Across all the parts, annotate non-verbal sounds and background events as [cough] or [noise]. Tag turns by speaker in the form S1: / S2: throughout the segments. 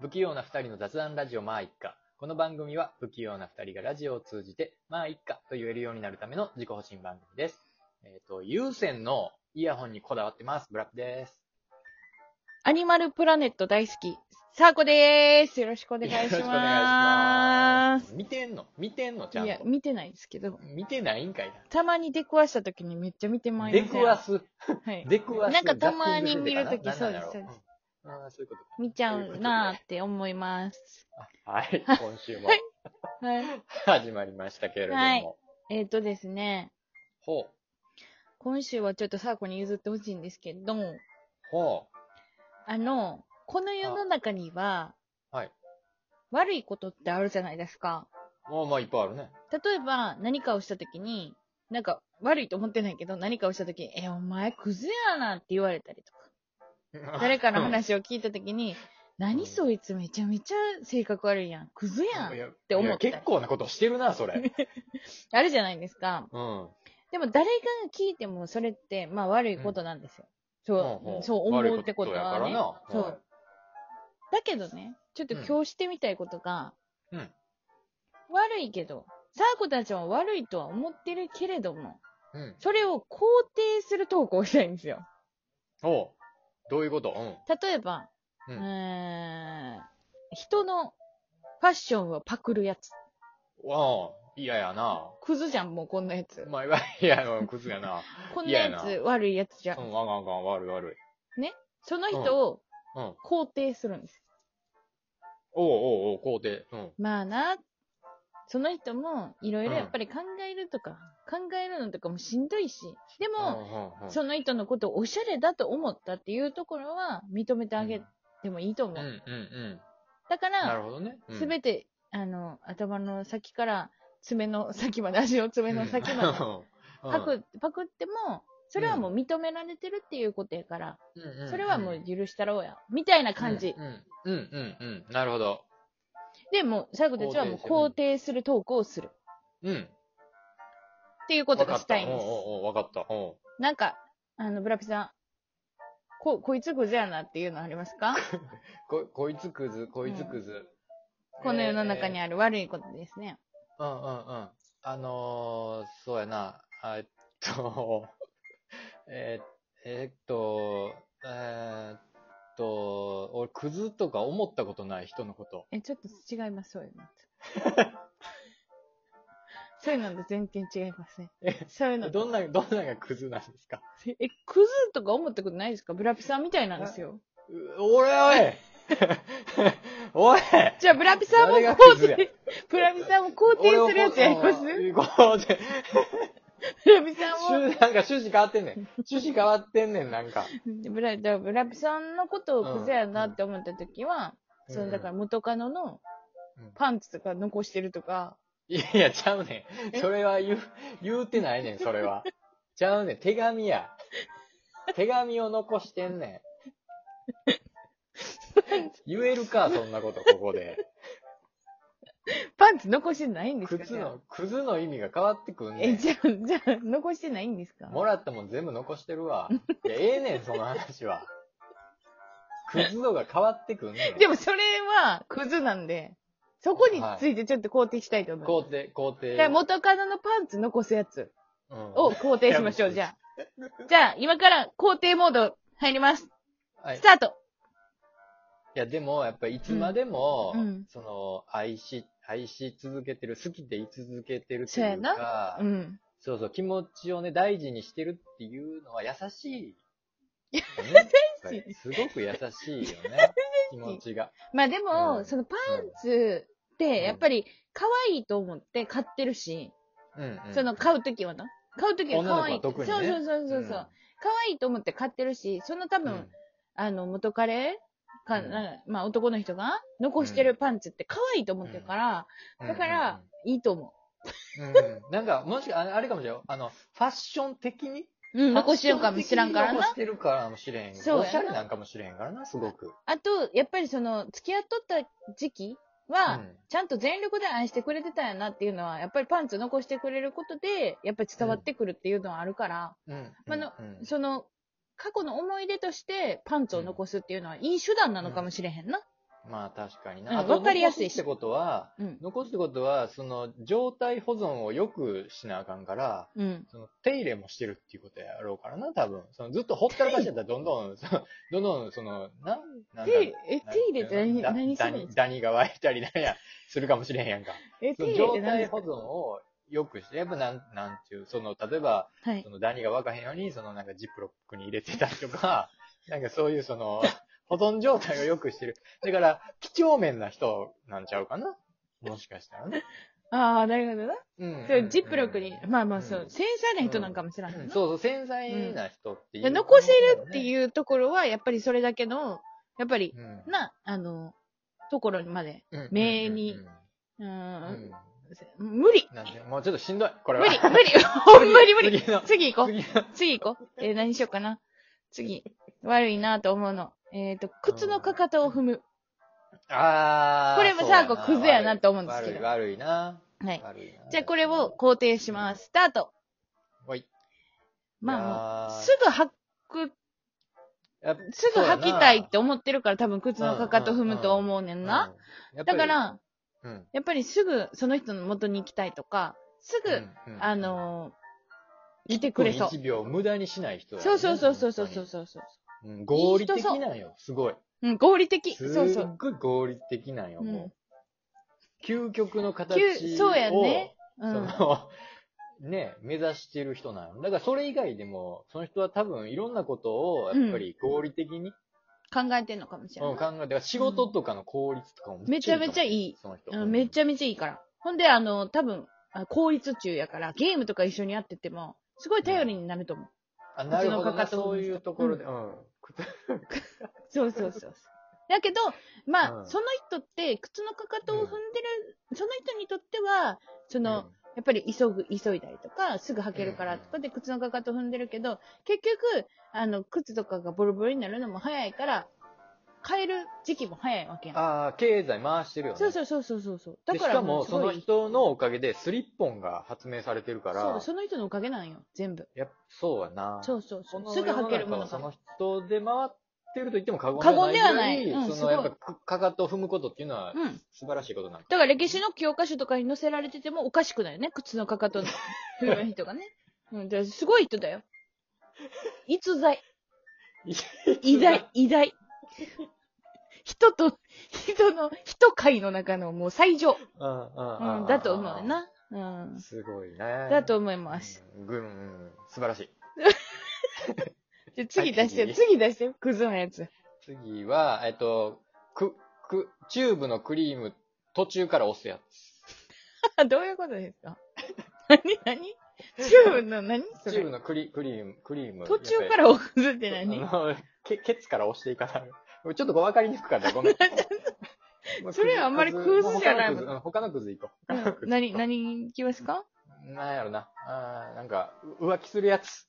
S1: 不器用な二人の雑談ラジオまあ一家。この番組は不器用な二人がラジオを通じてまあ一家と言えるようになるための自己保身番組です。えっ、と、有線のイヤホンにこだわってます。ブラックです。
S2: アニマルプラネット大好き、サーコでーす。よろしくお願いします。
S1: よろくお願いしま。見てんの見てんのちゃん
S2: い
S1: と
S2: や、。見てないですけど、
S1: 見てないんかい
S2: たまに出くわした時にめっちゃ見てま
S1: な。
S2: いり
S1: 出
S2: ま
S1: く
S2: せん
S1: わす。
S2: はい。
S1: 出くわす。
S2: なんかたまに見る
S1: と
S2: と
S1: き
S2: き
S1: そうで
S2: そうです
S1: す。うんあーそういうこと
S2: 見ちゃうなーって思います。
S1: か。はい、
S2: [laughs]
S1: 今週も
S2: はい。
S1: 始まりましたけれども。
S2: はいえっ、とですね、
S1: ほう。
S2: 今週はちょっとサーコに譲ってほしいんですけど、
S1: ほ
S2: あの、この世の中には、
S1: あはい
S2: 悪いことってあるじゃないですか。
S1: う。まあまあ、いっぱいあるね。
S2: 例えば何かをした時に、なんか悪いと思ってないけど何かをした時に、え、お前クズやなって言われたりとか、誰かの話を聞いた時に、何そいつめちゃめちゃ性格悪いやん、クズやん
S1: っ
S2: っ
S1: て
S2: 思ったり
S1: 結構なことしてるな、そ
S2: [laughs]
S1: れ。
S2: てあるじゃないですか。
S1: うん。
S2: でも誰が聞いてもそれって、まあ悪いことなんですよ。そう、そう思うってことは
S1: 悪い。
S2: ね
S1: ことやからな。
S2: そうだけどね、ちょっと今日してみたいことが、
S1: うん
S2: 悪いけど、サーコたちは悪いとは思ってるけれども、
S1: うん。うん。
S2: それを肯定する投稿をしたいんですよ。
S1: おうどういうことうん。
S2: 例えば、
S1: う
S2: うんーん、人のファッションをパクるやつ。
S1: わあ、嫌やな。
S2: クズじゃん、もうこんなやつ。
S1: まあ、いや、クズや
S2: [laughs]
S1: な。
S2: こんなや
S1: 嫌
S2: つ
S1: や
S2: 悪いやつじゃ。
S1: うんん、あかんあかん、悪い悪い。
S2: その人を
S1: うん。おう
S2: 肯定するんです。
S1: おうおう、肯定。うん。
S2: まあな、その人もいろいろ
S1: うん
S2: やっぱり考えるとか、考えるのとかもしんどいし、でも、
S1: うんうんうん
S2: その人のことをおしゃれだと思ったっていうところは認めてあげてもいいと思
S1: うんうん
S2: う。
S1: うん。
S2: だから、
S1: なるほどね。
S2: すべて、あの、頭の先から、爪の先まで、足の爪の先まで、パク、パクっても、それはもう認められてるっていうことやから、それはもう許したろうや、みたいな感じ。
S1: うんうんうんうん。なるほど。
S2: で、もう、最後たちはもう肯定するトークをする。
S1: うん。
S2: っていうことがしたいんです。
S1: わかった。おうおうおう
S2: なんか、あの、ブラピさん、こ、こいつグズやなっていうのありますか
S1: わかった。うん。こ、こいつクズ、こいつクズ。
S2: この世の中に
S1: ある。
S2: ある悪いことですね。
S1: うんうんうん。あのー、そうやな。あえっと、 [laughs] えーえーっと、えーっと、俺、クズとか思ったことない人のこと。
S2: え、ちょっと違います、そういうのと。 [laughs] そういうのと全然違いますね
S1: え。
S2: そういうのと。
S1: どんな、どんながクズなんですか
S2: え、クズとか思ったことないですかブラピさんみたいなんですよ。
S1: うおい [laughs] おいおい
S2: じゃあ、ブラピさんも
S1: 誰がクズ
S2: 肯
S1: や
S2: 定、ブラピさんも肯定するやつやります
S1: 俺をこううんこうで
S2: ブラピさんも
S1: 趣なんか趣旨変わってんねん。趣旨変わってんねん、なんか。
S2: ブラ、だからブラピさんのことをクズやなって思った時は、その、だから元カノの
S1: うん
S2: パンツとか残してるとか、
S1: いやいや、ちゃうねん。それは言う、言うてないねん、それは。ちゃうねん、手紙や。手紙を残してんねん。言えるか、そんなこと、ここで。
S2: パンツ残してないんですか
S1: 靴の、靴の意味が変わってくんね
S2: え、
S1: ん。
S2: じゃあ、じゃあ、残してないんですか
S1: もらったもん全部残してるわ。いや、ええねん、その話
S2: [laughs]
S1: は。靴のが変わってくんねん。
S2: でもそれはクズなんで、そこについてちょっと肯定したいと思います。
S1: 肯定、肯定。
S2: だから元カノのパンツ残すやつ
S1: うん
S2: を肯定しましょ、
S1: いうや
S2: じゃあ。じゃあ、今から肯定モード入ります。
S1: はい
S2: スタート
S1: いや、でも、やっぱりいつまでも、
S2: うんうん
S1: その、愛し、愛し続けてる、好きでい続けてるという
S2: そうや
S1: か、
S2: うん。
S1: そうそう、気持ちをね、大事にしてるっていうのは優しいよね、
S2: 優しい
S1: やっぱりすごく優しいよ
S2: [laughs]
S1: ね、気持ちが。
S2: まあでも、
S1: うん
S2: そのパンツって、やっぱり可愛いと思って買ってるし、
S1: うん、うん。
S2: その買うときはな。買うときは可愛い。
S1: 女の子は特にね
S2: そうそうそうそう。う
S1: うん
S2: 可愛いと思って買ってるし、その多分、あの、元カレか、
S1: うん
S2: なまあ男の人が残してるパンツって可愛いと思ってるから、
S1: うん
S2: だから、、いいと思
S1: うんうんうんなんか、もしか、ああれかもしれん。あの、ファッション的に
S2: う。うん、残してるかも知らんから
S1: ファッ
S2: な。
S1: ション的に残してるからもしれん。
S2: そうや
S1: お
S2: な
S1: しゃれなんかもしれんからな、すごく。
S2: あと、やっぱりその、付き合っとった時期は、
S1: うん
S2: ちゃんと全力で愛してくれてたんやなっていうのは、やっぱりパンツ残してくれることで、やっぱり伝わってくるっていうのはあるから、
S1: うん。
S2: まあの
S1: うん
S2: その、過去の思い出としてパンツを残すっていうのはいい手段なのかもしれへんな。
S1: まあ確かに
S2: うん
S1: な。あと
S2: わかりやすい
S1: 残
S2: し
S1: すってことは、
S2: うん。
S1: 残すってことは、その、状態保存をよくしなあかんから、
S2: うん。
S1: その手入れもしてるっていうことやろうからな、多分。そのずっとほったらかしちゃったら、どんどん、 [laughs] そのどんどん、その、なん、なんだろう
S2: 手、え、手入れって何、
S1: だ
S2: 何するんですか
S1: ダニダニが湧いたりなんや、するかもしれへんやんか。
S2: え、
S1: そ
S2: 手
S1: の
S2: 入れっ
S1: 状
S2: て何で
S1: 態
S2: す
S1: 保
S2: か
S1: 存をよくして、やっぱなん、なんていう、その、例えば、
S2: はい
S1: そ。のダニが湧かへんように、そのなんかジップロックに入れてたりとか、 [laughs] なんかそういうその、保存状態をよくしてる。だから、几帳面な人なんちゃうかなもしかしたらね。
S2: ああ、なるほどな。
S1: うん
S2: そうジップロックに、まあまあそう
S1: う、ん
S2: 繊細な人なんかもしらん
S1: う
S2: けど
S1: ん
S2: な。
S1: そうそう、繊細な人っていう、
S2: で残せるって
S1: う。
S2: いうところは、やっぱりそれだけの、やっぱり、
S1: ん、
S2: な、あの、ところまで、
S1: うん
S2: 名に
S1: うん
S2: う
S1: うん
S2: ー
S1: うんん、
S2: 無理
S1: なんで、もうちょっとしんどい、これ
S2: 無
S1: は。
S2: 理無理 [laughs] ほんまに無理
S1: [laughs] 次の
S2: 次行こう
S1: 次の
S2: 次行こうえー何しようかな次。悪いなと思うの。えっ、と、靴のかかとを踏む。
S1: あー。
S2: これも
S1: そうや
S2: さ
S1: な
S2: こうクズやなって思うんですけど
S1: 悪い、悪いな。
S2: はい。
S1: 悪いな。
S2: じゃあこれを、肯定します。スタート
S1: おい。
S2: まあ
S1: いや
S2: も
S1: ー
S2: う、すぐ履く、
S1: やっぱ
S2: すぐ履きたいって思ってるから多分靴のかかと踏むと思うねんな。
S1: うんやっぱ
S2: だ
S1: り
S2: から、
S1: うん、
S2: やっぱりすぐその人の元に行きたいとか、すぐ、
S1: うんうん
S2: あのー、いてくれそう。
S1: 1秒無駄にしない人やね、
S2: そうそうそうそうそうそ
S1: 本
S2: うそうそう。
S1: 当にうん合理的なんよ。すごい。
S2: うん、合理的。
S1: す
S2: そうそ
S1: っ
S2: う。
S1: ごい合理的なんよ、もう。究極の形
S2: 究
S1: を、
S2: そうやねう
S1: そ
S2: ん。
S1: の、 [laughs] ね、目指してる人なの。だからそれ以外でも、その人は多分いろんなことを、やっぱり合理的に、
S2: 考えてんのかもしれ
S1: うん、
S2: な
S1: 考えて、だから仕事とかの効率とかも
S2: めちゃめちゃいい。
S1: その人。
S2: い。うん、めちゃめちゃいいから。ほんで、あの、多分、あ効率中やから、ゲームとか一緒にやってても、すごい頼りになると思う。
S1: あ、なるほど
S2: うちのか
S1: な、
S2: かと
S1: そういうところで。 [laughs] うん。
S2: そうそうそうそう。だけど、まあ、
S1: うん
S2: その人って、靴のかかとを踏んでる、その人にとっては、その、
S1: うん
S2: やっぱり急ぐ、急いだりとか、すぐ履けるからとかで靴のかかと踏んでるけど、結局、あの、靴とかがボロボロになるのも早いから、変える時期も早いわけやん。
S1: ああ、経済回してるよね。
S2: そうそうそうそうそうそう。だ
S1: でし
S2: から
S1: かも、
S2: う
S1: その人のおかげでスリッポンが発明されてるか
S2: そうだ
S1: ら、
S2: その人のおかげなんよ、全部。
S1: やっぱそうやな。
S2: そうそうそ
S1: この
S2: う。すぐ履けるもの
S1: 世の
S2: が。
S1: 中はその人で回ってると言っても過言ではないぐら
S2: 過言ではないうん
S1: その
S2: す
S1: や
S2: ご
S1: っ
S2: い
S1: ぱかかかとを踏むことっていうのは
S2: うん。
S1: 素晴らしいことなんか。
S2: だから歴史の教科書とかに載せられててもおかしくないよね、靴のか
S1: [laughs]
S2: かとの古い人がね。うん、だからすごい人だよ。
S1: [laughs]
S2: 逸材。偉大、偉大。人と、人の、人界の中のもう最上。
S1: うんうん
S2: う、
S1: うんん。
S2: だと思うよ。な。うん。
S1: すごいね。
S2: だと思います。
S1: うん。ぐんうん、素晴らしい。
S2: じゃあ次出して、
S1: はい
S2: 次出して、クズのやつ。 [laughs]
S1: 次は、えっと、く、く、チューブのクリーム、途中から押すや
S2: どういうことですか [laughs] 何何 [laughs] チューブの何そ
S1: つ。チューブ
S2: れ
S1: のクリ、クリーム、クリーム。
S2: 途中
S1: やっぱり
S2: からおくずって何
S1: あのケケツから押していかない。ちょっと分かりにくかった。
S2: [laughs]
S1: ごめん。
S2: それはあんまりクズじゃないもん
S1: もう他のクズうん他のクズ行こう。他のク
S2: う
S1: ズ
S2: ん何、何行きますか
S1: なんやろな。あーなんか、う浮気するやつ。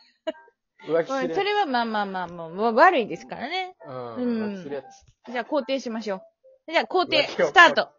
S2: [laughs]
S1: 浮気
S2: まあ
S1: す
S2: そ
S1: るやつ。
S2: れはまあまあまあ、もうもう悪いですからね。
S1: うん。
S2: うん
S1: 浮気するやつ。
S2: じゃあ肯定しましょう。じゃあ肯定、
S1: 浮気を
S2: スタート。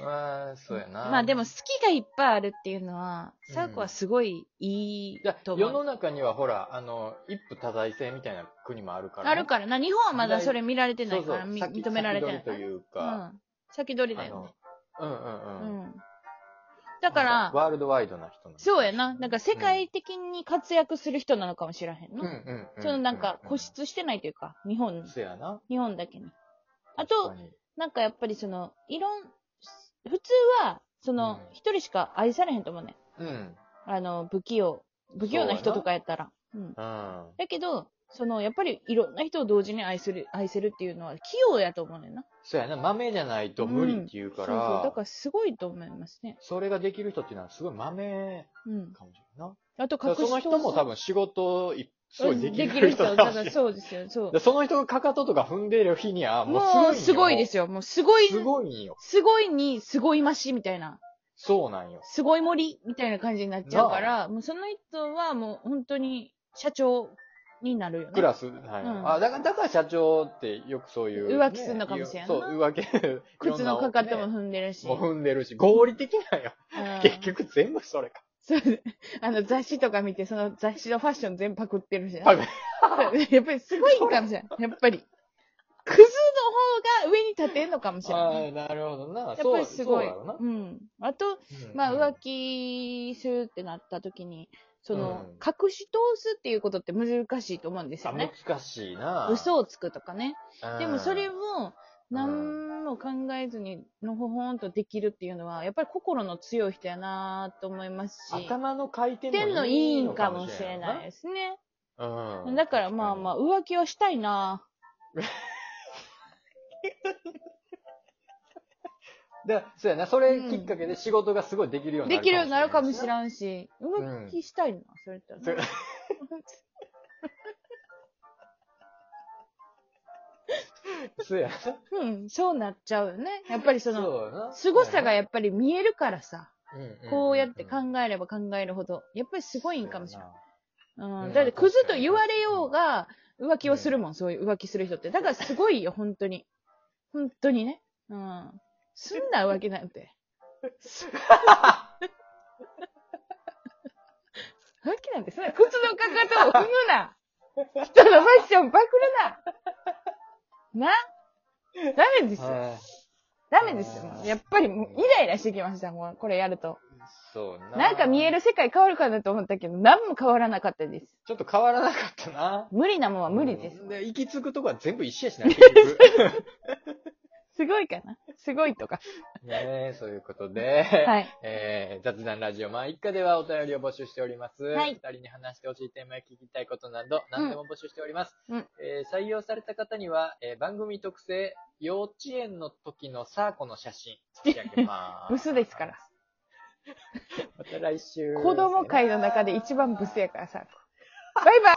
S1: まあ、そうやな。
S2: まあでも好きがいっぱいあるっていうのは、
S1: うん
S2: サーコはすごいいい
S1: いや、
S2: と
S1: 世
S2: 思
S1: の
S2: う。
S1: 中にはほら、あの、一夫多妻制みたいな国もあるからね。
S2: あるからな。日本はまだそれ見られてないから、
S1: そう
S2: み
S1: そう先
S2: 認められてない
S1: 先
S2: から
S1: 取り
S2: ね。
S1: という
S2: う
S1: か、
S2: ん。先取りだ
S1: あ
S2: よね
S1: の、うんうん
S2: う
S1: うん。
S2: ん。だから、
S1: ワールドワイドな人なの
S2: そうやな。なんか世界的に活躍する人なのかもしらへん
S1: うんう
S2: の。
S1: んうん。
S2: そのなんか
S1: う
S2: 固執してないというか、日本に、
S1: そうやな。
S2: 日本だけに。あと
S1: 確かに、
S2: なんかやっぱりその、いろん、普通は、その
S1: う、ん
S2: 一人しか愛されへんと思うね。
S1: うん。
S2: あの、不器用、不器用な人とかやったら。うん。
S1: うん。
S2: だけど、その、やっぱりいろんな人を同時に愛する、愛せるっていうのは器用やと思うねんな。
S1: そうやな、豆じゃないと無理っていう
S2: そ
S1: か
S2: うそう。だ
S1: ら
S2: か、らすごいと思いますね。
S1: それができる人っていうのはすごい豆
S2: うん。
S1: かもしれんな。
S2: あと
S1: だから
S2: 隠し
S1: そ
S2: 通す
S1: の人も多分仕事をいすごいでき
S2: でき
S1: る
S2: る
S1: 人だ
S2: 人、だ
S1: か
S2: か
S1: もし
S2: ら
S1: れん
S2: そうですよ。そう
S1: で。その人がかかととか踏んでる日には、もうすご
S2: も
S1: いんよ。
S2: うすごいですよ。もうすごい、
S1: すごいんよ。
S2: すごいに、すごいましみたいな、
S1: そうなんよ。
S2: すごい森みたいな感じになっちゃうから、もうその人はもう本当に社長になるよね。
S1: クラス、はい。
S2: うん
S1: あ、だから、だから社長ってよくそういうね、
S2: 浮気すんのかもしれんな
S1: そう、浮気。
S2: [laughs] 靴のかかとも
S1: ね
S2: 踏んでるし。
S1: もう踏んでるし、合理的なんよ。
S2: うん
S1: 結局全部それか。
S2: そうですあの雑誌とか見て、その [laughs] 雑誌のファッション全部パクってるしな。
S1: パク
S2: やっぱりすごいんかもしれん。やっぱり。クズの方が上に立てんのかもしれ
S1: あ
S2: ない。
S1: あ、なるほどな。
S2: やっぱりすごい。
S1: そうそうやろな
S2: う。ん。あと、
S1: うん
S2: まあ、浮
S1: 気。
S2: 気するってなった時に、その、
S1: うん
S2: 隠し通すっていうことって難しいと思うんですよ
S1: あ
S2: ね。
S1: 難しいな。
S2: 嘘をつくとかね。
S1: うん。
S2: でもそれ
S1: うん
S2: も、何も考えずにのほほんとできるっていうのは、やっぱり心の強い人やなと思いますし、
S1: 頭の回転
S2: 点
S1: も
S2: のい
S1: い
S2: い
S1: い
S2: ん
S1: の
S2: か
S1: か
S2: も
S1: も
S2: し
S1: し
S2: れ
S1: れ
S2: な
S1: ないい
S2: ですね。
S1: な。うん。
S2: だからまあまあ、浮気はしたいな
S1: あ。で、そうやな。それきっかけで仕事がすごいできるように
S2: で
S1: なる。
S2: きるようになるかもし
S1: い。
S2: らんし、
S1: ん
S2: 浮気したいな、それって。
S1: それそうやな。
S2: うん、そうなっちゃうよ
S1: [laughs]
S2: ね。やっぱりその、
S1: そうやな。
S2: 凄さがやっぱり見えるからさ、
S1: うんうんうんうん、
S2: こうやって考えれば考えるほど、やっぱりすごいんかもしれない。
S1: う
S2: うんん、だって、クズと言われようが、浮気をするもん、そういう浮気する人って。だからすごいよ、本当に。本当にね。うん。すんな浮気なん [laughs] て。浮気なんて、そんな靴のかかとを踏むな人のファッションパクるななダメです
S1: やな
S2: よ。
S1: はい
S2: ダメですよ。もうやっぱりもうイライラしてきました、もう。これやると。
S1: そうな。
S2: なんか見え
S1: る。
S2: る世界変わるかなと思ったけど、何も変わらなかったです。
S1: ちょっと変わらなかったな。
S2: 無理なもんは無理です。
S1: うん。で行き着くとこは全部一緒やしな。結
S2: [laughs]
S1: 局
S2: すごいかなすごいとか。
S1: ねえ、そういうことで。はい
S2: はい。
S1: えー雑談ラジオ、まあ、一家ではお便りを募集しております。
S2: はい
S1: 二人に話してほしいテーマや聞きたいことなど、何でも募集しております。
S2: うん
S1: えー採用された方には、えー番組特製、幼稚園の時のサーコの写真、差し上げます。
S2: [laughs] ブスですから。
S1: また来週。
S2: 子供会の中で一番ブスやからさ。バイバイ